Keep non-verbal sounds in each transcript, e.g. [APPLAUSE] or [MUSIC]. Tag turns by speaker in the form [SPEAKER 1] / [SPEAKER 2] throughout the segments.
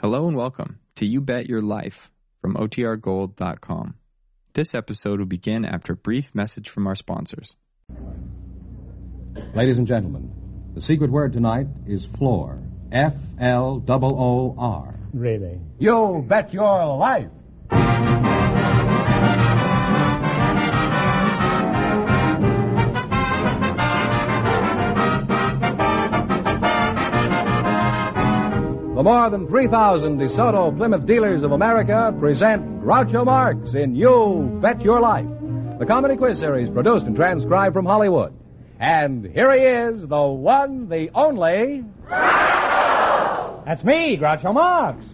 [SPEAKER 1] Hello and welcome to You Bet Your Life from OTRGold.com. This episode will begin after a brief message from our sponsors.
[SPEAKER 2] Ladies and gentlemen, the secret word tonight is floor. F L O O R.
[SPEAKER 3] Really?
[SPEAKER 4] You bet your life.
[SPEAKER 2] The more than 3,000 DeSoto Plymouth dealers of America present Groucho Marx in You Bet Your Life, the comedy quiz series produced and transcribed from Hollywood. And here he is, the one, the only.
[SPEAKER 3] That's me, Groucho Marx.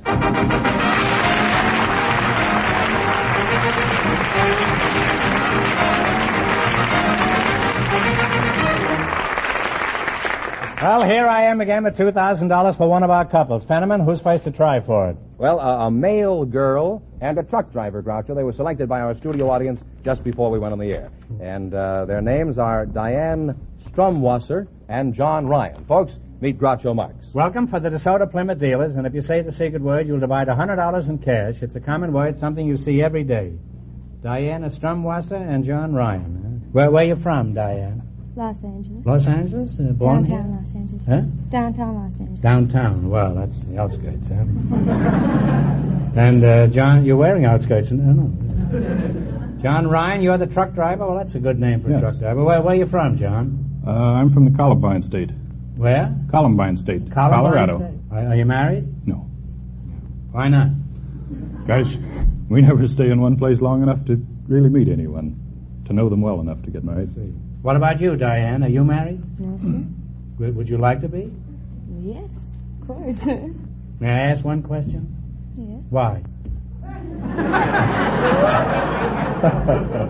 [SPEAKER 3] Well, here I am again with $2,000 for one of our couples. Fenneman, who's first to try for it?
[SPEAKER 2] Well, a, a male girl and a truck driver, Groucho. They were selected by our studio audience just before we went on the air. And uh, their names are Diane Strumwasser and John Ryan. Folks, meet Groucho Marx.
[SPEAKER 3] Welcome for the DeSoto Plymouth dealers, and if you say the secret word, you'll divide $100 in cash. It's a common word, something you see every day. Diana Strumwasser and John Ryan. huh? Where, where you from, Diane?
[SPEAKER 5] Los Angeles.
[SPEAKER 3] Los Angeles? Uh, born here?
[SPEAKER 5] Downtown Los Angeles.
[SPEAKER 3] Huh?
[SPEAKER 5] Downtown Los Angeles.
[SPEAKER 3] Downtown. Well, that's the outskirts, huh? [LAUGHS] and, uh, John, you're wearing outskirts. No, no. John Ryan, you're the truck driver? Well, that's a good name for a
[SPEAKER 6] Yes.
[SPEAKER 3] truck driver. Where, where you from, John?
[SPEAKER 6] Uh, I'm from the Columbine State.
[SPEAKER 3] Where?
[SPEAKER 6] Columbine State.
[SPEAKER 3] Columbine
[SPEAKER 6] Colorado.
[SPEAKER 3] State. Are, are you married?
[SPEAKER 6] No.
[SPEAKER 3] Why not?
[SPEAKER 6] Gosh, we never stay in one place long enough to really meet anyone, to know them well enough to get married.
[SPEAKER 3] What about you, Diane? Are you married?
[SPEAKER 5] No, sir.
[SPEAKER 3] Would, would you like to be?
[SPEAKER 5] yes, of course. [LAUGHS]
[SPEAKER 3] May I ask one question?
[SPEAKER 5] yes.
[SPEAKER 3] Why?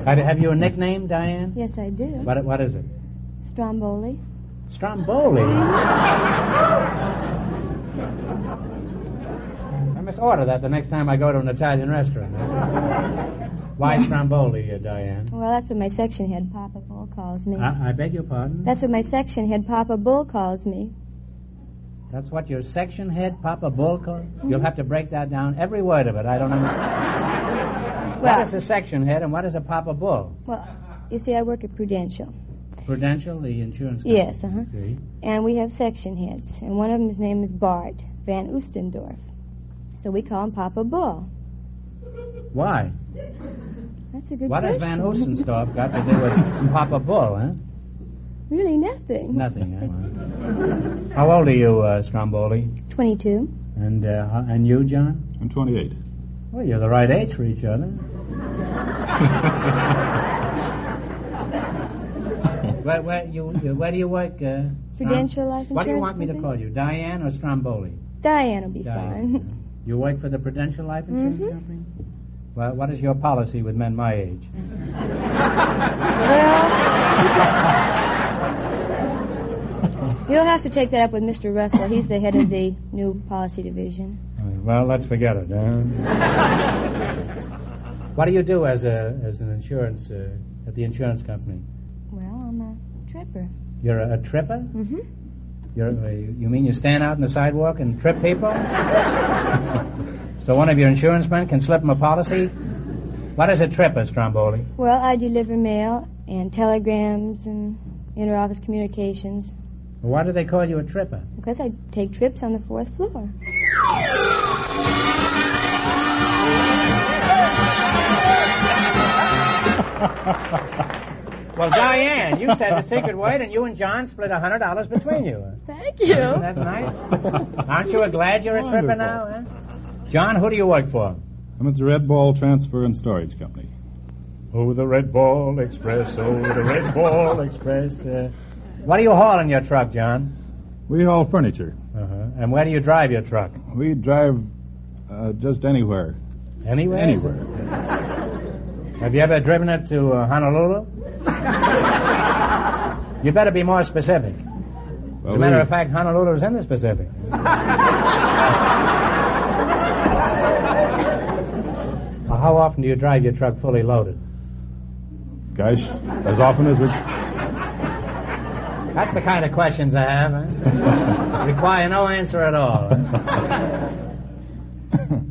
[SPEAKER 3] have, have you a nickname, Diane?
[SPEAKER 5] Yes, I do.
[SPEAKER 3] What, what is it?
[SPEAKER 5] Stromboli.
[SPEAKER 3] Stromboli. I must order that the next time I go to an Italian restaurant. Why Stromboli, uh, Diane?
[SPEAKER 5] Well, that's what my section head Papa Bull calls me.
[SPEAKER 3] I, I beg your pardon?
[SPEAKER 5] That's what my section head Papa Bull calls me.
[SPEAKER 3] That's what your section head, Papa Bulko? You'll have to break that down, every word of it. I don't understand. What is
[SPEAKER 5] Well,
[SPEAKER 3] a section head and what is a Papa Bull?
[SPEAKER 5] well, you see, I work at Prudential.
[SPEAKER 3] Prudential, the insurance company.
[SPEAKER 5] Yes, uh-huh.
[SPEAKER 3] See?
[SPEAKER 5] And we have section heads, and one of them's name is Bart Van Oostendorf. So we call him Papa Bull.
[SPEAKER 3] Why?
[SPEAKER 5] That's a good
[SPEAKER 3] What
[SPEAKER 5] question.
[SPEAKER 3] has Van Oostendorf got to do with Papa Bull, huh?
[SPEAKER 5] [LAUGHS] Really nothing.
[SPEAKER 3] Nothing, huh? How old are you, uh, Stromboli?
[SPEAKER 5] 22.
[SPEAKER 3] And, uh, how- and you, John? [LAUGHS]
[SPEAKER 6] I'm 28.
[SPEAKER 3] Well, you're the right age for each other. where, where, you, you- where do you work, uh, Strom-
[SPEAKER 5] Prudential Life
[SPEAKER 3] What do you
[SPEAKER 5] Insurance
[SPEAKER 3] want me to
[SPEAKER 5] Company?
[SPEAKER 3] call you, Diane or Stromboli?
[SPEAKER 5] Diane will be
[SPEAKER 3] Diane.
[SPEAKER 5] fine. [LAUGHS]
[SPEAKER 3] You work for the Prudential Life Insurance
[SPEAKER 5] Mhm.
[SPEAKER 3] Company? Well, what is your policy with men my age?
[SPEAKER 5] You'll have to take that up with Mr. Russell. He's the head of the new policy division.
[SPEAKER 3] Uh, Well, let's forget it. Huh? [LAUGHS] what do you do as a as an insurance uh, at the insurance company?
[SPEAKER 5] Well, I'm a tripper.
[SPEAKER 3] You're a, a tripper.
[SPEAKER 5] Mm-hmm.
[SPEAKER 3] You're uh, you mean you stand out on the sidewalk and trip [LAUGHS] people? so one of your insurance men can slip them a policy. What is a tripper, Stromboli?
[SPEAKER 5] Well, I deliver mail and telegrams and interoffice communications
[SPEAKER 3] Why do they call you a tripper?
[SPEAKER 5] because I take trips on the fourth floor.
[SPEAKER 3] Well, Diane, you said the secret word, and you and John split a hundred dollars between you.
[SPEAKER 5] Thank you.
[SPEAKER 3] Isn't that nice? Aren't you glad you're a tripper now? Huh?
[SPEAKER 6] Wonderful.
[SPEAKER 3] John, who do you work for?
[SPEAKER 6] I'm at the Red Ball Transfer and Storage Company.
[SPEAKER 3] Oh, the Red Ball Express. Oh, the Red Ball Express. Uh, what do you haul in your truck, John?
[SPEAKER 6] We haul furniture.
[SPEAKER 3] Uh-huh. And where do you drive your truck?
[SPEAKER 6] We drive uh, just anywhere.
[SPEAKER 3] Anywhere.
[SPEAKER 6] Anywhere.
[SPEAKER 3] [LAUGHS] Have you ever driven it to uh, Honolulu? you better be more specific.
[SPEAKER 6] Well,
[SPEAKER 3] As a matter
[SPEAKER 6] we-
[SPEAKER 3] of fact, Honolulu is in the Pacific. Well, How often do you drive your truck fully loaded?
[SPEAKER 6] Gosh, as often
[SPEAKER 3] [LAUGHS]
[SPEAKER 6] as we. [LAUGHS]
[SPEAKER 3] That's the kind of questions I have. Huh? Require no answer at all.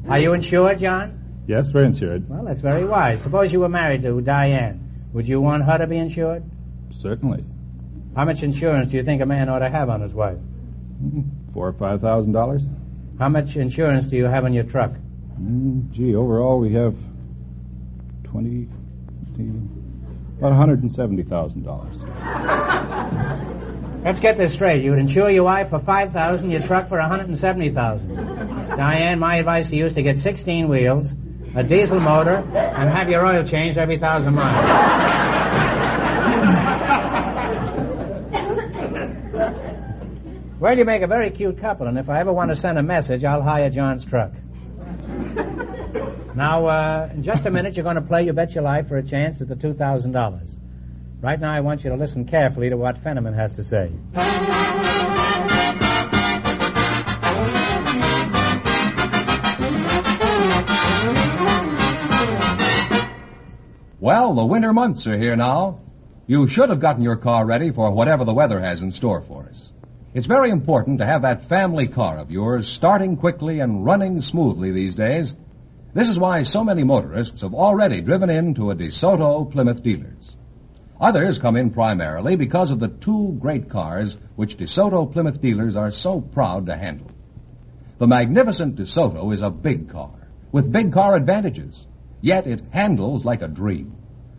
[SPEAKER 3] Are you insured, John?
[SPEAKER 6] Yes, we're insured.
[SPEAKER 3] Well, that's very wise. Suppose you were married to Diane. Would you want her to be insured?
[SPEAKER 6] Certainly.
[SPEAKER 3] How much insurance do you think a man ought to have on his wife?
[SPEAKER 6] Four or five thousand dollars?
[SPEAKER 3] How much insurance do you have on your truck?
[SPEAKER 6] Mm, gee, overall we have twenty, 20 about one hundred and seventy thousand dollars.
[SPEAKER 3] Let's get this straight. You'd insure your wife for five thousand, your truck for one hundred and seventy thousand. Diane, my advice to you is to get sixteen wheels, a diesel motor, and have your oil changed every thousand miles. Well, you make a very cute couple, and if I ever want to send a message, I'll hire John's truck. Now, uh, in just a minute, you're going to play You Bet Your Life for a chance at the $2,000. Right now, I want you to listen carefully to what Fenneman has to say.
[SPEAKER 2] Well, the winter months are here now. You should have gotten your car ready for whatever the weather has in store for us. It's very important to have that family car of yours starting quickly and running smoothly these days. This is why so many motorists have already driven in to a DeSoto Plymouth dealer's. Others come in primarily because of the two great cars which DeSoto Plymouth dealers are so proud to handle. The magnificent DeSoto is a big car with big car advantages, yet it handles like a dream.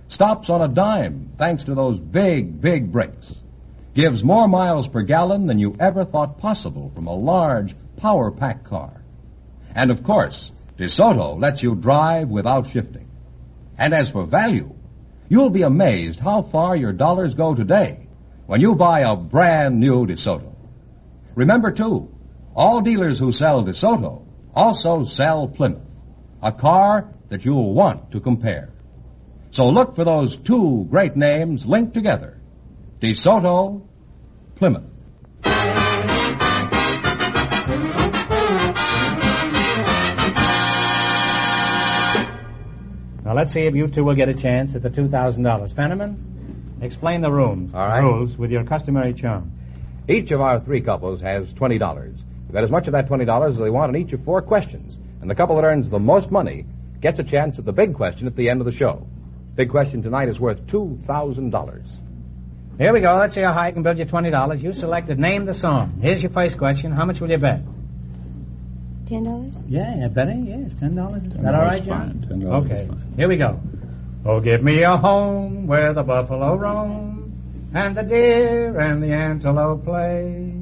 [SPEAKER 2] Stops on a dime thanks to those big, big brakes. Gives more miles per gallon than you ever thought possible from a large, power pack car. And of course, DeSoto lets you drive without shifting. And as for value, you'll be amazed how far your dollars go today when you buy a brand new DeSoto. Remember, too, all dealers who sell DeSoto also sell Plymouth, a car that you'll want to compare. So look for those two great names linked together DeSoto, Plymouth.
[SPEAKER 3] Now, let's see if you two will get a chance at the $2,000. Fenneman, explain the rooms.
[SPEAKER 4] All right.
[SPEAKER 3] Rules with your customary charm.
[SPEAKER 4] Each of our three couples has $20. You bet as much of that $20 as they want on each of four questions. And the couple that earns the most money gets a chance at the big question at the end of the show. Big question tonight is worth $2,000.
[SPEAKER 3] Here we go. Let's see how high I can build you $20. You selected Name the Song. Here's your first question. How much will you bet?
[SPEAKER 7] Ten dollars?
[SPEAKER 3] Yeah, betting, yes. Ten dollars. Is
[SPEAKER 6] that all right, John? Ten dollars is
[SPEAKER 3] Okay.
[SPEAKER 6] fine.
[SPEAKER 3] Here we go. Oh, give me a home where the buffalo roam and the deer and the antelope play.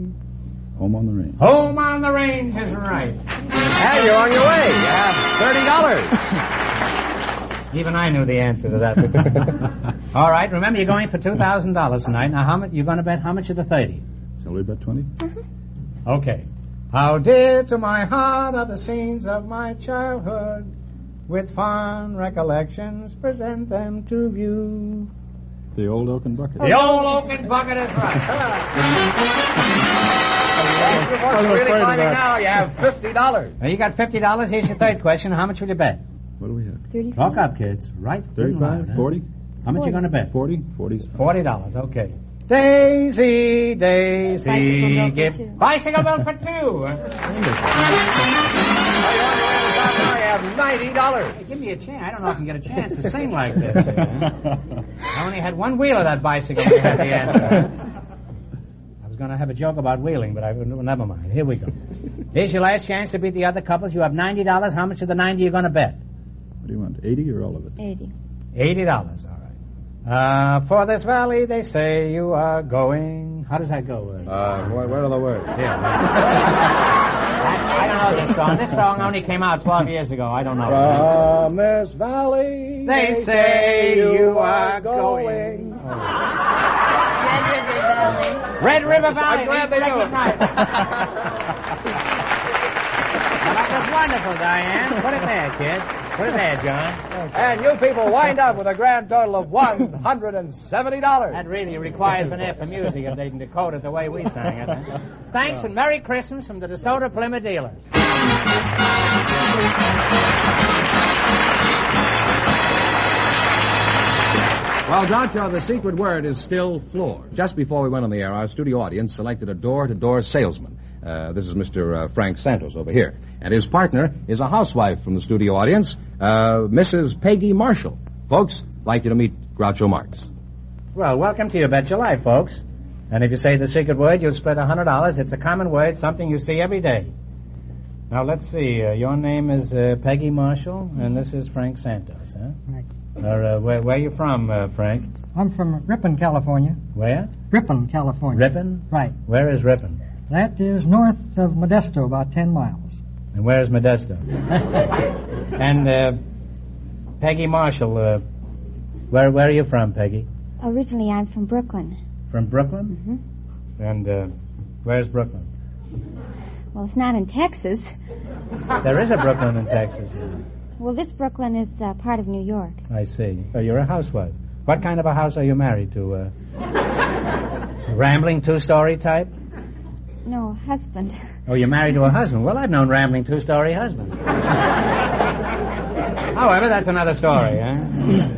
[SPEAKER 6] Home on the range.
[SPEAKER 3] Home on the range is right.
[SPEAKER 4] And you're on your way. You have $30.
[SPEAKER 3] [LAUGHS] Even I knew the answer to that. [LAUGHS] all right. Remember, you're going for two thousand dollars tonight. Now, how much you're going to bet? How much of the thirty?
[SPEAKER 6] Shall we bet twenty?
[SPEAKER 3] Okay. How dear to my heart are the scenes of my childhood. With fond recollections, present them to view.
[SPEAKER 6] The old oaken bucket.
[SPEAKER 3] The old oaken bucket is right.
[SPEAKER 4] What's really
[SPEAKER 6] afraid of
[SPEAKER 4] finding
[SPEAKER 6] that.
[SPEAKER 4] now? You have $50.
[SPEAKER 3] Now you got fifty dollars. Here's your third question. How much will you bet?
[SPEAKER 6] What do we have?
[SPEAKER 7] Thirty
[SPEAKER 3] Talk up, kids. Right. and loud,
[SPEAKER 6] Thirty-five?
[SPEAKER 3] huh?
[SPEAKER 6] Forty?
[SPEAKER 3] How much you going to bet?
[SPEAKER 6] Forty? Forty's fine.
[SPEAKER 3] Forty dollars. Okay. Daisy,
[SPEAKER 7] Bicycle
[SPEAKER 3] Daisy,
[SPEAKER 7] bill for two.
[SPEAKER 3] give bicycle bill for two.
[SPEAKER 4] Now you have $90.
[SPEAKER 3] Hey, give me a chance. I don't know if I can get a chance to sing like this. I only had one wheel of that bicycle when I had the [LAUGHS]
[SPEAKER 6] [LAUGHS]
[SPEAKER 3] answer. I was going to have a joke about wheeling, but I never mind. Here we go. Here's your last chance to beat the other couples. You have ninety dollars. How much of the ninety you going to bet?
[SPEAKER 6] What do you want? Eighty or all of it?
[SPEAKER 7] Eighty.
[SPEAKER 3] Eighty dollars, all right. Uh, for this valley, they say you are going. How does that go?
[SPEAKER 2] [LAUGHS]
[SPEAKER 3] Uh, [LAUGHS]
[SPEAKER 6] Uh, what, what are the words?
[SPEAKER 3] I, I don't know this song. This song only came out twelve years ago. I don't know.
[SPEAKER 6] From this valley.
[SPEAKER 3] they say you are going. Red River
[SPEAKER 4] I'm
[SPEAKER 3] Valley.
[SPEAKER 4] glad they know it. [LAUGHS]
[SPEAKER 3] recognize it. Well, that was wonderful, Diane. Put it there, kid. Put it there, John.
[SPEAKER 4] And you people wind up with a grand total of $170.
[SPEAKER 3] That really requires an ear for music if they can decode it the way we sang
[SPEAKER 4] [LAUGHS]
[SPEAKER 3] it. huh? Thanks and Merry Christmas from the DeSoto Plymouth dealers.
[SPEAKER 2] Well, Groucho,
[SPEAKER 4] The secret word is still floor. Just before we went on the air, our studio audience selected a door to door salesman Uh, this is Mr. Uh, Frank Santos over here. And his partner is a housewife from the studio audience, uh, Mrs. Peggy Marshall. Folks, like you to meet Groucho Marx.
[SPEAKER 3] Well, welcome to you bet your life, folks. And if you say the secret word, you'll split a hundred dollars. It's a common word, something you see every day. Now let's see. Uh, your name is uh, Peggy Marshall, and this is Frank Santos, huh?
[SPEAKER 8] Right.
[SPEAKER 3] Or uh, where, where are you from, uh, Frank?
[SPEAKER 8] I'm from Ripon, California.
[SPEAKER 3] Where?
[SPEAKER 8] Ripon, California.
[SPEAKER 3] Ripon.
[SPEAKER 8] Right.
[SPEAKER 3] Where is Ripon?
[SPEAKER 8] That is north of Modesto, about 10 miles.
[SPEAKER 3] And where is
[SPEAKER 8] [LAUGHS]
[SPEAKER 3] Modesto? and uh, Peggy Marshall, uh, where where are you from, Peggy?
[SPEAKER 5] Originally, I'm from Brooklyn.
[SPEAKER 3] From Brooklyn. Mm-hmm. And uh, where's Brooklyn?
[SPEAKER 5] Well, it's not in Texas.
[SPEAKER 3] There is a Brooklyn in Texas.
[SPEAKER 5] Well, this Brooklyn is uh, part of New York.
[SPEAKER 3] I see. So you're a housewife. What kind of a house are you married to? Uh, [LAUGHS] rambling two-story type?
[SPEAKER 5] No, husband.
[SPEAKER 3] Oh, you're married to a husband. Well, I've known rambling two-story [LAUGHS] husbands. However, that's another story, huh? [CLEARS THROAT]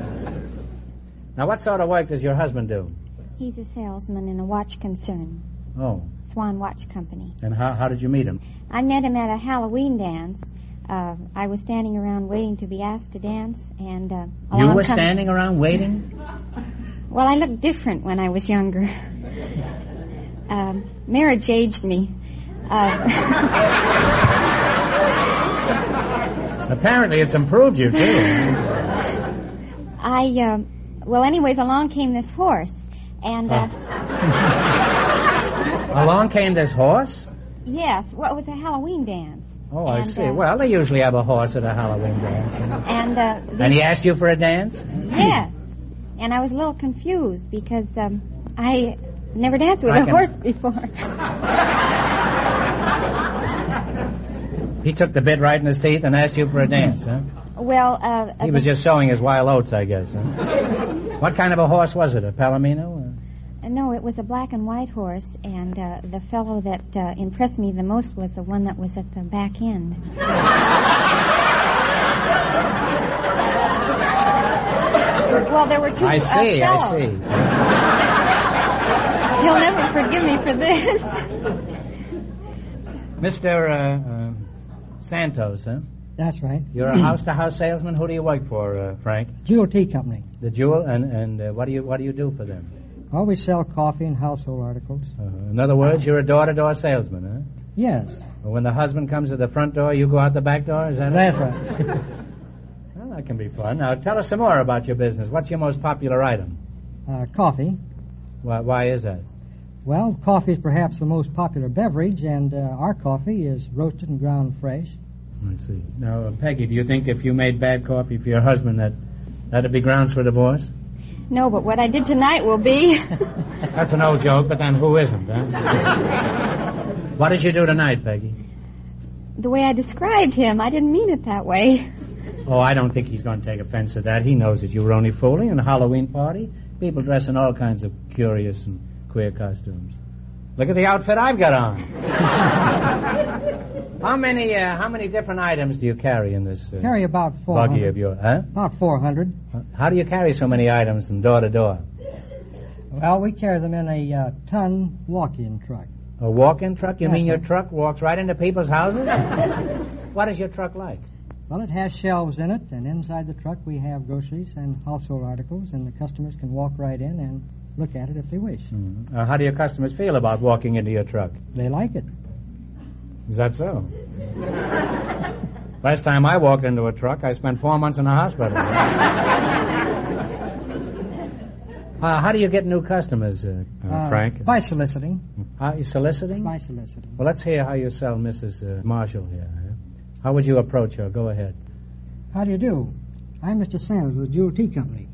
[SPEAKER 3] now, what sort of work does your husband do?
[SPEAKER 5] He's a salesman in a watch concern,
[SPEAKER 3] Oh,
[SPEAKER 5] Swan Watch Company.
[SPEAKER 3] and how, how did you meet him?
[SPEAKER 5] I met him at a Halloween dance. Uh, I was standing around waiting to be asked to dance, and uh,
[SPEAKER 3] you
[SPEAKER 5] along
[SPEAKER 3] were
[SPEAKER 5] come-
[SPEAKER 3] standing around waiting?
[SPEAKER 5] Well, I looked different when I was younger. um, marriage aged me. Uh,
[SPEAKER 3] [LAUGHS] Apparently, it's improved you, too.
[SPEAKER 5] [LAUGHS] I, um well, anyways, along came this horse, and uh,
[SPEAKER 3] [LAUGHS] Along came this horse?
[SPEAKER 5] yes, well, it was a Halloween dance,
[SPEAKER 3] Oh, I
[SPEAKER 5] And,
[SPEAKER 3] see.
[SPEAKER 5] uh,
[SPEAKER 3] well, they usually have a horse at a Halloween dance.
[SPEAKER 5] [LAUGHS] and uh, the-
[SPEAKER 3] And he asked you for a dance?
[SPEAKER 5] Yes. And I was a little confused because um, I never danced with
[SPEAKER 3] I
[SPEAKER 5] a
[SPEAKER 3] can-
[SPEAKER 5] horse before. [LAUGHS]
[SPEAKER 3] He took the bit right in his teeth and asked you for a dance, huh?
[SPEAKER 5] Well, uh,
[SPEAKER 3] He
[SPEAKER 5] uh,
[SPEAKER 3] was just sowing his wild oats, I guess.
[SPEAKER 8] [LAUGHS]
[SPEAKER 3] Huh? what kind of a horse was it? A Palomino?
[SPEAKER 5] no, it was a black and white horse, and uh, the fellow that uh, impressed me the most was the one that was at the
[SPEAKER 3] [LAUGHS]
[SPEAKER 5] back end. well, there were two.
[SPEAKER 3] I see,
[SPEAKER 5] uh,
[SPEAKER 3] I
[SPEAKER 5] fellows.
[SPEAKER 3] see.
[SPEAKER 5] He'll never forgive me for this. [LAUGHS]
[SPEAKER 3] Mr. Uh, uh, Santos, huh?
[SPEAKER 8] That's right.
[SPEAKER 3] You're a house-to-house salesman. Who do you work for, uh, Frank?
[SPEAKER 8] Jewel Tea Company.
[SPEAKER 3] The Jewel, and and uh, what do you what do you do for them?
[SPEAKER 8] Well, we sell coffee and household articles.
[SPEAKER 3] Uh, in other words, you're a door-to-door salesman, huh?
[SPEAKER 8] Yes,
[SPEAKER 3] When the husband comes to the front door, you go out the back door? Is that
[SPEAKER 8] that's
[SPEAKER 3] it?
[SPEAKER 8] right.
[SPEAKER 3] [LAUGHS] Well, that can be fun. Now, tell us some more about your business. What's your most popular item?
[SPEAKER 8] Uh, coffee.
[SPEAKER 3] Why, why is that?
[SPEAKER 8] Well, coffee is perhaps the most popular beverage, and uh, our coffee is roasted and ground fresh.
[SPEAKER 3] I see. Now, uh, Peggy, do you think if you made bad coffee for your husband, that that'd be grounds for divorce?
[SPEAKER 5] No, but what I did tonight will be. [LAUGHS]
[SPEAKER 3] That's an old joke, but then who isn't, huh? [LAUGHS] what did you do tonight, Peggy?
[SPEAKER 5] the way I described him. I didn't mean it that way.
[SPEAKER 3] Oh, I don't think he's going to take offense to that. He knows that you were only fooling in a Halloween party. People dress in all kinds of curious and queer costumes. Look at the outfit I've got on. how many uh, how many different items do you carry in this uh,
[SPEAKER 8] Carry about
[SPEAKER 3] buggy
[SPEAKER 8] 400.
[SPEAKER 3] of yours? Huh?
[SPEAKER 8] About 400.
[SPEAKER 3] How do you carry so many items from door to door?
[SPEAKER 8] Well, we carry them in a uh, ton walk-in truck.
[SPEAKER 3] A walk-in truck? You mean your
[SPEAKER 8] Yes,
[SPEAKER 3] truck walks right into people's
[SPEAKER 8] [LAUGHS]
[SPEAKER 3] houses? what is your truck like?
[SPEAKER 8] Well, it has shelves in it, and inside the truck we have groceries and household articles, and the customers can walk right in and look at it if they wish.
[SPEAKER 3] Uh, how do your customers feel about walking into your truck?
[SPEAKER 8] They like it.
[SPEAKER 3] Is that so? Last time I walked into a truck, I spent four months in a
[SPEAKER 8] [LAUGHS]
[SPEAKER 3] hospital. uh, Uh, how do you get new customers, uh, uh,
[SPEAKER 8] Uh,
[SPEAKER 3] Frank?
[SPEAKER 8] By soliciting.
[SPEAKER 3] Are you soliciting?
[SPEAKER 8] By soliciting.
[SPEAKER 3] Well, let's hear how you sell Mrs. Uh, Marshall here. huh? How would you approach her? Go ahead.
[SPEAKER 8] How do you do? I'm Mr. Sanders with Jewel Tea Company.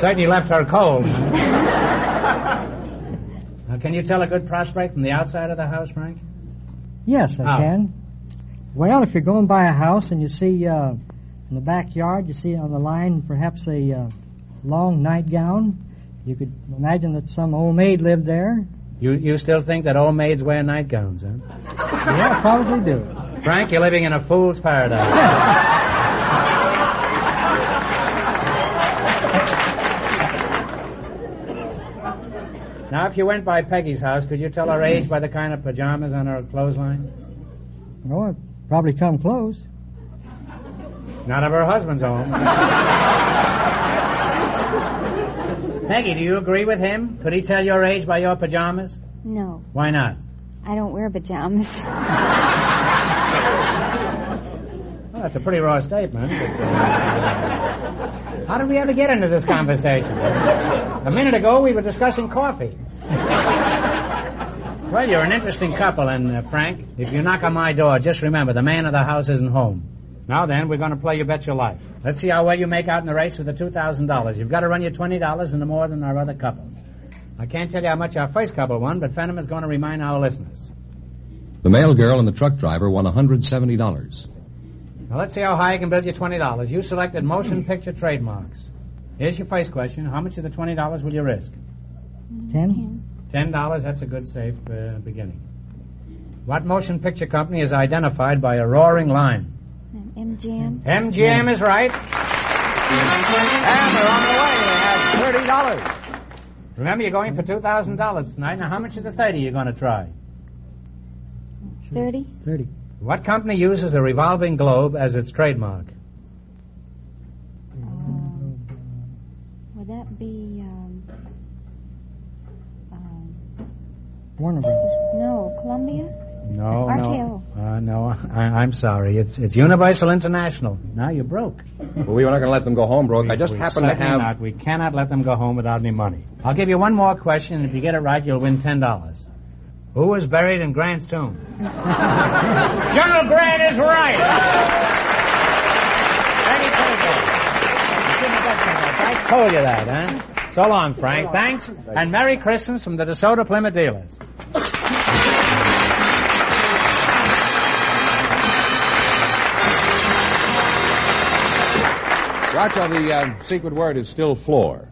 [SPEAKER 3] Certainly left her cold. now, can you tell a good prospect from the outside of the house, Frank?
[SPEAKER 8] Yes, I
[SPEAKER 3] How?
[SPEAKER 8] can. Well, if you're going by a house and you see uh, in the backyard, you see on the line perhaps a uh, long nightgown, you could imagine that some old maid lived there.
[SPEAKER 3] You, you still think that old maids wear nightgowns, huh?
[SPEAKER 8] Yeah, probably do.
[SPEAKER 3] Frank, you're living in a fool's paradise. if you went by Peggy's house, could you tell her age by the kind of pajamas on her clothesline?
[SPEAKER 8] Oh, I'd probably come close.
[SPEAKER 3] Not of her husband's own. Peggy, do you agree with him? Could he tell your age by your pajamas?
[SPEAKER 5] No,
[SPEAKER 3] Why not?
[SPEAKER 5] I don't wear pajamas. [LAUGHS]
[SPEAKER 3] Well, that's a pretty raw statement. but, uh, How did we ever get into this conversation? A minute ago, we were discussing coffee. Well, you're an interesting couple, and uh, Frank, if you knock on my door, just remember the man of the house isn't home. Now then, we're going to play You Bet Your Life. Let's see how well you make out in the race with the $2,000. You've got to run your $20 into more than our other couple. I can't tell you how much our first couple won, but Fenham is going to remind our listeners.
[SPEAKER 4] The mail girl and the truck driver won $170.
[SPEAKER 3] Now let's see how high I can build you twenty dollars. You selected motion picture trademarks. Here's your first question. How much of the twenty dollars will you risk?
[SPEAKER 8] Ten?
[SPEAKER 3] Ten dollars. That's a good safe uh, beginning. What motion picture company is identified by a roaring lion?
[SPEAKER 5] Um, MGM.
[SPEAKER 3] MGM is right. And they're on the way. They have thirty dollars. Remember, you're going for two thousand dollars tonight. Now, how much of the thirty you going to try?
[SPEAKER 5] Thirty.
[SPEAKER 8] Thirty.
[SPEAKER 3] What company uses a revolving globe as its trademark?
[SPEAKER 5] Um, Would that be? Um, um,
[SPEAKER 8] Warner Brothers.
[SPEAKER 5] no, Columbia.
[SPEAKER 3] No,
[SPEAKER 5] RKO.
[SPEAKER 3] no. Uh, no, I, I'm sorry. It's it's Universal International. Now you're broke.
[SPEAKER 4] Well, we were not going to let them go home broke. I just
[SPEAKER 3] We
[SPEAKER 4] happened to
[SPEAKER 3] certainly
[SPEAKER 4] have.
[SPEAKER 3] Not. We cannot let them go home without any money. I'll give you one more question, and if you get it right, you'll win ten dollars. Who was buried in Grant's [LAUGHS] tomb? General Grant is right. Ready, telephone. You shouldn't have done that. I told you that, huh? So long, Frank. Thanks, and Merry Christmas from the DeSoto Plymouth dealers.
[SPEAKER 4] Groucho, the uh, secret word is still floor.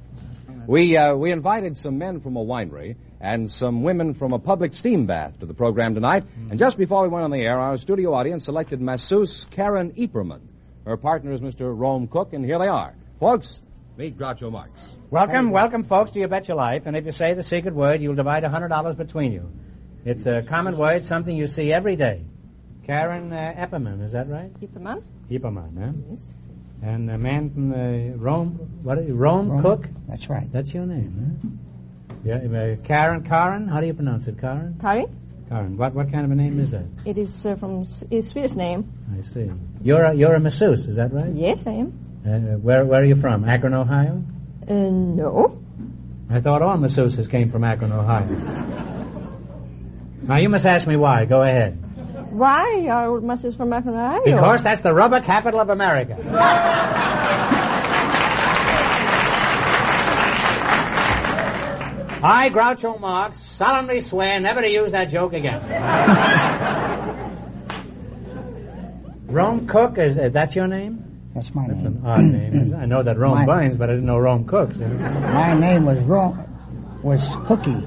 [SPEAKER 4] We, uh, we invited some men from a winery and some women from a public steam bath to the program tonight. And just before we went on the air, our studio audience selected masseuse Karen Eperman. Her partner is Mr. Rome Cook, and here they are. Folks, meet Groucho Marx.
[SPEAKER 3] Welcome, welcome, folks, to You Bet Your Life. And if you say the secret word, you'll divide $100 between you. It's a common word, something you see every day. Karen uh, Epperman, is that right?
[SPEAKER 9] Keep them on?
[SPEAKER 3] Epperman, huh? And a man from uh, Rome, what is Rome,
[SPEAKER 8] Rome.
[SPEAKER 3] Cook?
[SPEAKER 8] That's right.
[SPEAKER 3] That's your name, huh? Yeah, uh, Karen, Karen, how do you pronounce it, Karen?
[SPEAKER 9] Kari?
[SPEAKER 3] Karen, what, what kind of a name is that?
[SPEAKER 9] It is uh, from S- is Swedish name.
[SPEAKER 3] I see. You're a, you're a masseuse, is that right?
[SPEAKER 9] Yes, I am.
[SPEAKER 3] Uh, where, where are you from? Akron, Ohio?
[SPEAKER 9] Uh, no.
[SPEAKER 3] I thought all masseuses came from Akron, Ohio. now you must ask me why. Go ahead.
[SPEAKER 9] Why are old masses from Akron, Ohio?
[SPEAKER 3] Because that's the rubber capital of America. I, Groucho Marx, solemnly swear never to use that joke again. Rome Cook is uh, that's your name?
[SPEAKER 8] That's my
[SPEAKER 3] That's an
[SPEAKER 8] [CLEARS THROAT]
[SPEAKER 3] odd name. isn't it? I know that Rome
[SPEAKER 8] Mine.
[SPEAKER 3] Burns, but I didn't know Rome Cook.
[SPEAKER 8] My name was wrong, was Cookie,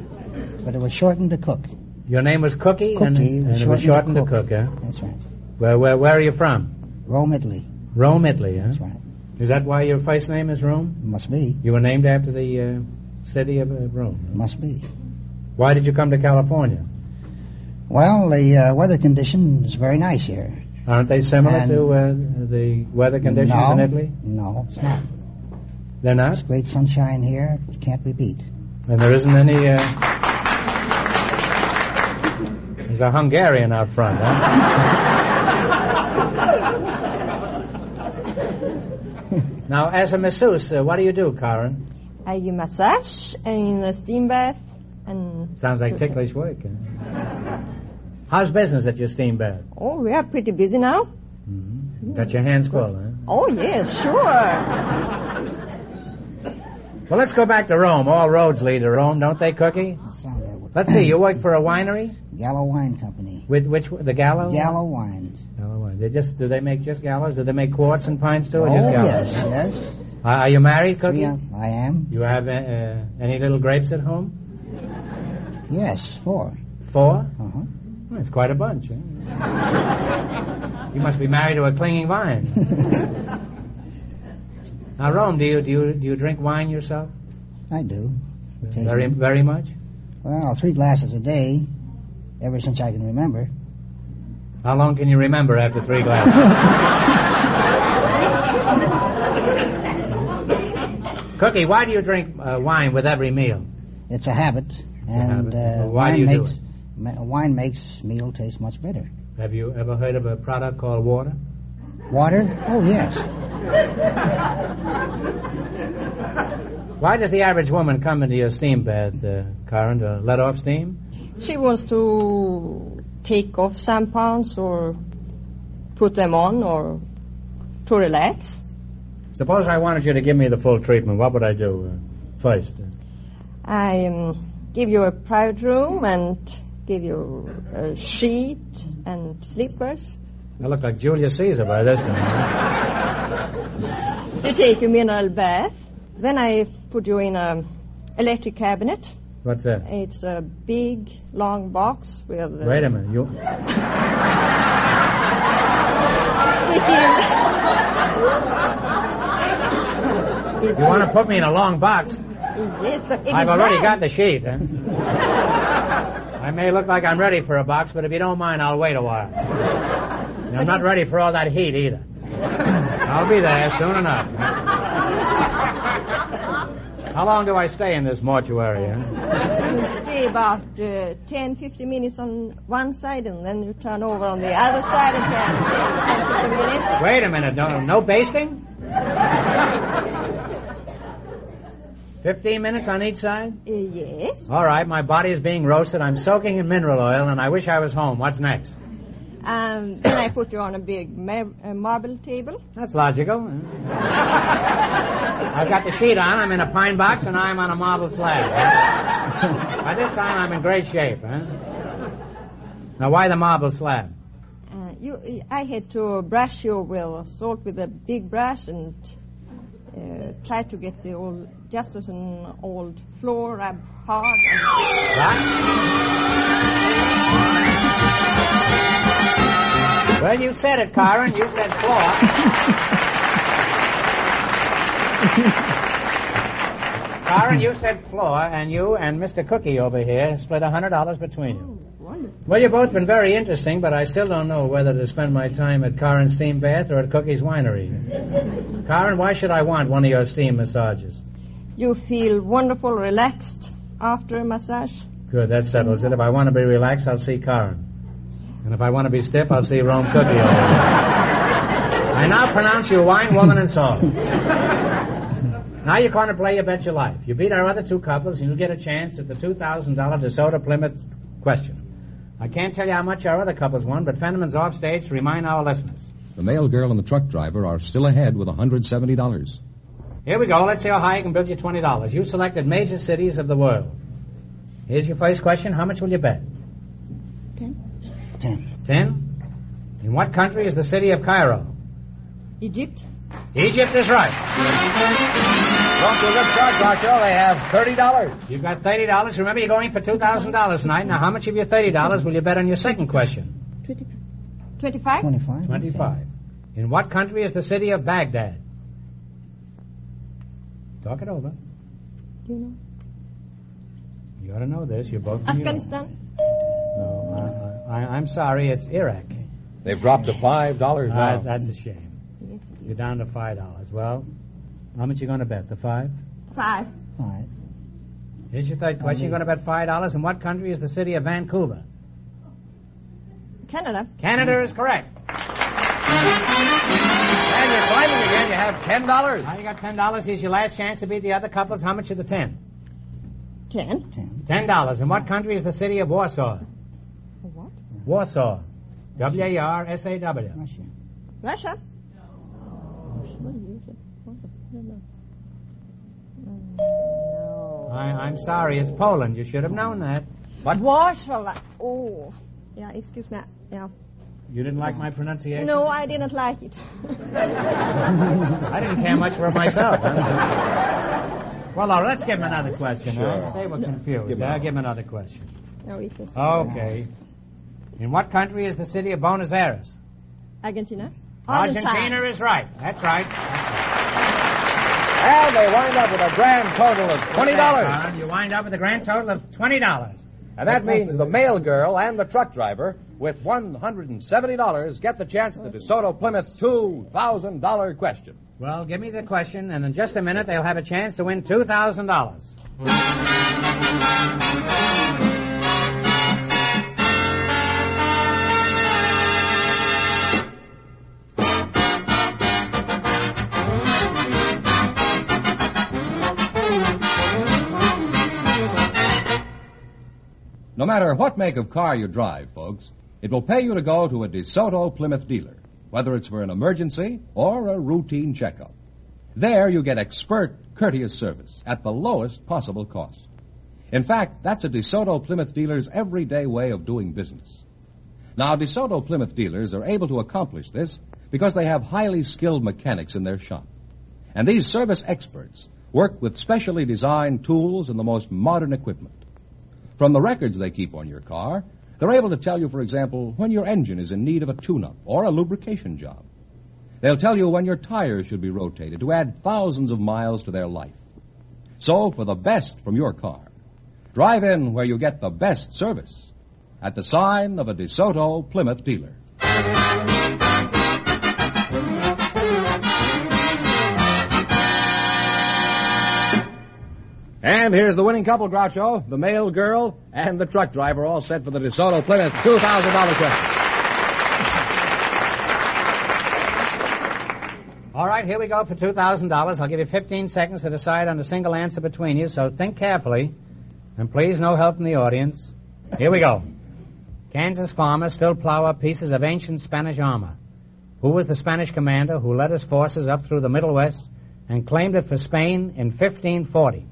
[SPEAKER 8] but it was shortened to Cook.
[SPEAKER 3] Your name was Cookie, and,
[SPEAKER 8] Cookie,
[SPEAKER 3] and it was shortened to Cook. huh?
[SPEAKER 8] That's right.
[SPEAKER 3] Where, where, where are you from?
[SPEAKER 8] Rome, Italy.
[SPEAKER 3] Rome, Italy. Huh?
[SPEAKER 8] right.
[SPEAKER 3] Is that why your first name is Rome?
[SPEAKER 8] Must be.
[SPEAKER 3] You were named after the uh, city of uh, Rome.
[SPEAKER 8] Must be.
[SPEAKER 3] Why did you come to California?
[SPEAKER 8] Well, the uh, weather condition is very nice here.
[SPEAKER 3] Aren't they similar
[SPEAKER 8] And-
[SPEAKER 3] to uh, the weather conditions
[SPEAKER 8] no,
[SPEAKER 3] in Italy?
[SPEAKER 8] No, it's not.
[SPEAKER 3] They're not,
[SPEAKER 8] It's great sunshine here. It can't be beat.
[SPEAKER 3] and there isn't any. Uh... There's a Hungarian out front.
[SPEAKER 8] [LAUGHS]
[SPEAKER 3] Huh? now, as a masseuse, uh, what do you do, Karen?
[SPEAKER 9] I do massage and a steam bath and.
[SPEAKER 3] Sounds like ticklish work. Huh? How's business at your steam bath?
[SPEAKER 9] Oh, we are pretty busy now.
[SPEAKER 3] Got your hands full, huh?
[SPEAKER 9] Oh, yes, sure.
[SPEAKER 3] Well, let's go back to Rome. All roads lead to Rome, don't they, Cookie?
[SPEAKER 8] Sound that way.
[SPEAKER 3] Let's see. You work for a winery
[SPEAKER 8] Gallo Wine Company.
[SPEAKER 3] with which the Gallo.
[SPEAKER 8] Gallo Wines.
[SPEAKER 3] Gallo wine. They just do they make just Gallos? Do they make quarts and pints too, or
[SPEAKER 8] oh,
[SPEAKER 3] just
[SPEAKER 8] yes,
[SPEAKER 3] Gallos?
[SPEAKER 8] yes.
[SPEAKER 3] Are- are you married, Cookie?
[SPEAKER 8] Yeah, I am.
[SPEAKER 3] You have uh, uh, any little grapes at home?
[SPEAKER 8] Yes, four.
[SPEAKER 3] Four.
[SPEAKER 8] Uh-huh. [LAUGHS]
[SPEAKER 3] Well, it's quite a bunch. Huh? you must be married to a clinging
[SPEAKER 8] [LAUGHS]
[SPEAKER 3] vine. now, Rome, do you do you do you drink wine yourself?
[SPEAKER 8] I do.
[SPEAKER 3] Very very much.
[SPEAKER 8] Well, three glasses a day, ever since I can remember.
[SPEAKER 3] How long can you remember after three glasses? Cookie, why do you drink uh, wine with every meal?
[SPEAKER 8] It's a habit,
[SPEAKER 3] habit.
[SPEAKER 8] and Uh,
[SPEAKER 3] Well, why do
[SPEAKER 8] wine
[SPEAKER 3] you do
[SPEAKER 8] makes ma- wine makes meal taste much better.
[SPEAKER 3] Have you ever heard of a product called water?
[SPEAKER 8] Water? Oh yes.
[SPEAKER 3] Why does the average woman come into your steam bath, uh, Karen, to let off steam?
[SPEAKER 5] She wants to take off some pounds or put them on or to relax.
[SPEAKER 3] Suppose I wanted you to give me the full treatment. What would I do uh, first?
[SPEAKER 5] I um, give you a private room and give you a sheet and slippers.
[SPEAKER 3] I look like Julius Caesar by this time.
[SPEAKER 5] You take a mineral bath. Then I put you in a electric cabinet.
[SPEAKER 3] What's that?
[SPEAKER 5] It's a big, long box with uh, [LAUGHS]
[SPEAKER 3] Wait a minute. You you want to put me in a long box?
[SPEAKER 5] Yes, but it
[SPEAKER 3] I've
[SPEAKER 5] is
[SPEAKER 3] already got
[SPEAKER 5] round.
[SPEAKER 3] the sheet. Huh? I may look like I'm ready for a box, but if you don't mind, I'll wait a while. And I'm not ready for all that heat either. I'll be there soon enough. How long do I stay in this mortuary? Huh?
[SPEAKER 5] You stay about uh, 10, 15 minutes on one side, and then you turn over on the other side again. 10, 15 minutes.
[SPEAKER 3] Wait a minute, no, no basting? Fifteen minutes on each side?
[SPEAKER 5] Uh, yes.
[SPEAKER 3] All right, my body is being roasted. I'm soaking in mineral oil, and I wish I was home. What's next?
[SPEAKER 5] Um, then I put you on a big mar- uh, marble table.
[SPEAKER 3] That's logical. huh? I've got the sheet on. I'm in a pine box, and I'm on a marble slab. huh? By this time, I'm in great shape. Huh? Now, why the marble slab?
[SPEAKER 5] Uh, you, I had to brush you with salt with a big brush and uh, try to get the old, just as an old floor rub hard.
[SPEAKER 3] Well, you said it, Karen. You said floor. Karen, you said floor, and you and Mr. Cookie over here split a hundred dollars between you.
[SPEAKER 5] Wonderful.
[SPEAKER 3] Well, you've both been very interesting, but I still don't know whether to spend my time at Karen's steam bath or at Cookie's winery. Karen, why should I want one of your steam massages?
[SPEAKER 5] You feel wonderful, relaxed after a massage.
[SPEAKER 3] Good, that settles it. If I want to be relaxed, I'll see Karen. And if I want to be stiff, I'll see Rome Cookie. over there. I now pronounce you wine, woman, and song. Now you're going to play your bet your life. You beat our other two couples, and you get a chance at the $2,000 DeSoto Plymouth question. I can't tell you how much our other couples won, but Fenneman's off stage to remind our listeners.
[SPEAKER 6] The mail girl and the truck driver are still ahead with $170.
[SPEAKER 3] Here we go. Let's see how high you can build your $20. You selected major cities of the world. Here's your first question. How much will you bet?
[SPEAKER 8] Ten.
[SPEAKER 3] Ten? In what country is the city of Cairo?
[SPEAKER 5] Egypt?
[SPEAKER 3] Egypt is right.
[SPEAKER 6] Well, to a good start, Groucho. They have thirty dollars.
[SPEAKER 3] You've got $30. Remember, you're going for $2,000 tonight. Now, how much of your $30 will you bet on your second question?
[SPEAKER 5] 25?
[SPEAKER 8] Twenty-five.
[SPEAKER 3] 25. In what country is the city of Baghdad? Talk it over.
[SPEAKER 5] Do you know?
[SPEAKER 3] You ought to know this. You're both from Europe.
[SPEAKER 5] Afghanistan?
[SPEAKER 3] No, I, I, I'm sorry. It's Iraq.
[SPEAKER 6] They've dropped to five dollars
[SPEAKER 3] Ah,
[SPEAKER 6] now.
[SPEAKER 3] that's a shame. You're down to $5. Well, how much you going to bet? The five?
[SPEAKER 5] Five.
[SPEAKER 8] Five.
[SPEAKER 3] Here's your third question. You're going to bet $5. In what country is the city of Vancouver?
[SPEAKER 5] Canada?
[SPEAKER 3] Canada is correct.
[SPEAKER 6] and you're climbing again. You have ten dollars.
[SPEAKER 3] Now you got ten dollars. Here's your last chance to beat the other couples. How much of the ten?
[SPEAKER 5] Ten.
[SPEAKER 3] Ten dollars. In what country is the city of Warsaw?
[SPEAKER 5] What?
[SPEAKER 3] Warsaw. W A R S A W.
[SPEAKER 8] Russia.
[SPEAKER 5] Russia?
[SPEAKER 3] I, I'm sorry, it's Poland. You should have known that.
[SPEAKER 6] What?
[SPEAKER 5] Warsaw. Oh. Yeah, excuse me. Yeah.
[SPEAKER 3] You didn't like my pronunciation?
[SPEAKER 5] No, I didn't like it.
[SPEAKER 3] I didn't care much for
[SPEAKER 10] [LAUGHS]
[SPEAKER 3] it myself. well, Laura, let's give him another question. huh? They were confused.
[SPEAKER 10] Give him
[SPEAKER 3] I'll
[SPEAKER 10] another.
[SPEAKER 3] give him another question.
[SPEAKER 5] no, it was
[SPEAKER 3] Okay. In what country is the city of Buenos Aires?
[SPEAKER 5] Argentina.
[SPEAKER 3] Argentina is right. That's right.
[SPEAKER 2] And they wind up with a grand total of twenty dollars.
[SPEAKER 3] Don, You wind up with a grand total of twenty dollars.
[SPEAKER 2] And that means the mail girl and the truck driver, with one hundred and seventy dollars, get the chance at the DeSoto Plymouth two thousand dollar question.
[SPEAKER 3] Well, give me the question, and in just a minute they'll have a chance to win two thousand dollars.
[SPEAKER 11] No matter what make of car you drive, folks, it will pay you to go to a DeSoto Plymouth dealer, whether it's for an emergency or a routine checkup. There you get expert, courteous service at the lowest possible cost. In fact, that's a DeSoto Plymouth dealer's everyday way of doing business. Now, DeSoto Plymouth dealers are able to accomplish this because they have highly skilled mechanics in their shop. And these service experts work with specially designed tools and the most modern equipment. From the records they keep on your car, they're able to tell you, for example, when your engine is in need of a tune up or a lubrication job. They'll tell you when your tires should be rotated to add thousands of miles to their life. So, for the best from your car, drive in where you get the best service at the sign of a DeSoto Plymouth dealer.
[SPEAKER 2] And here's the winning couple, Groucho, the mail girl, and the truck driver, all set for the DeSoto Plymouth two thousand dollar question.
[SPEAKER 3] All right, here we go for two thousand dollars. I'll give you fifteen seconds to decide on a single answer between you, so think carefully. And please, no help from the audience. Here we go. Kansas farmers still plow up pieces of ancient Spanish armor. Who was the Spanish commander who led his forces up through the Middle West and claimed it for Spain in 1540?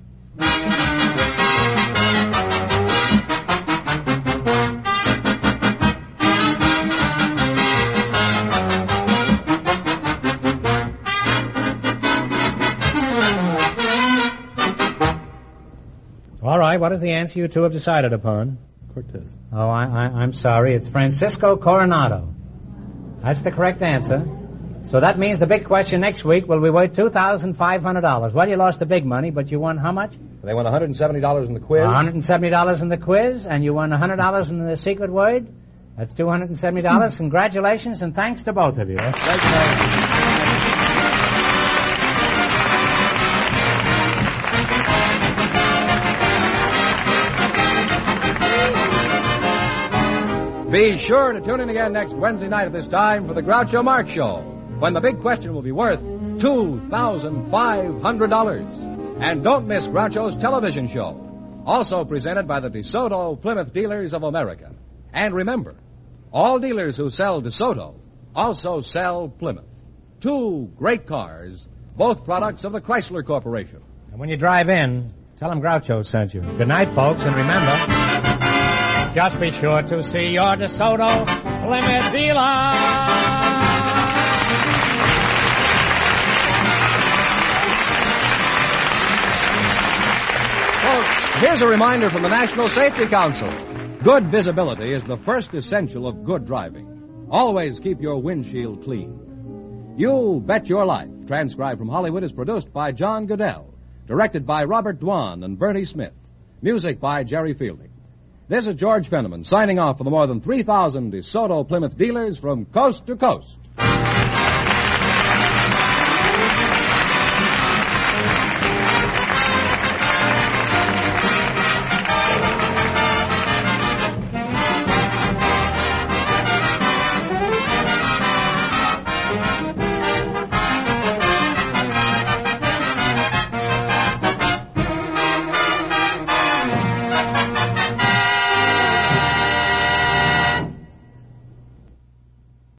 [SPEAKER 3] All right, what is the answer you two have decided upon?
[SPEAKER 6] Cortez.
[SPEAKER 3] Oh, I, I, I'm sorry. It's Francisco Coronado. That's the correct answer. So that means the big question next week will be worth $2,500. Well, you lost the big money, but you won how much?
[SPEAKER 2] They won one hundred and seventy dollars in the quiz.
[SPEAKER 3] $170 in the quiz, and you won $100 in the secret word. That's $270. Congratulations, and thanks to both of you.
[SPEAKER 2] Be sure to tune in again next Wednesday night at this time for the Groucho Marx Show, when the big question will be worth $2,500. And don't miss Groucho's television show, also presented by the DeSoto Plymouth Dealers of America. And remember, all dealers who sell DeSoto also sell Plymouth. Two great cars, both products of the Chrysler Corporation.
[SPEAKER 3] And when you drive in, tell them Groucho sent you. Good night, folks, and remember, just be sure to see your DeSoto Plymouth dealer.
[SPEAKER 2] Folks, here's a reminder from the National Safety Council. Good visibility is the first essential of good driving. Always keep your windshield clean. You Bet Your Life, transcribed from Hollywood, is produced by John Goodell, directed by Robert Dwan and Bernie Smith, music by Jerry Fielding. This is George Fenneman signing off for the more than 3,000 DeSoto Plymouth dealers from coast to coast.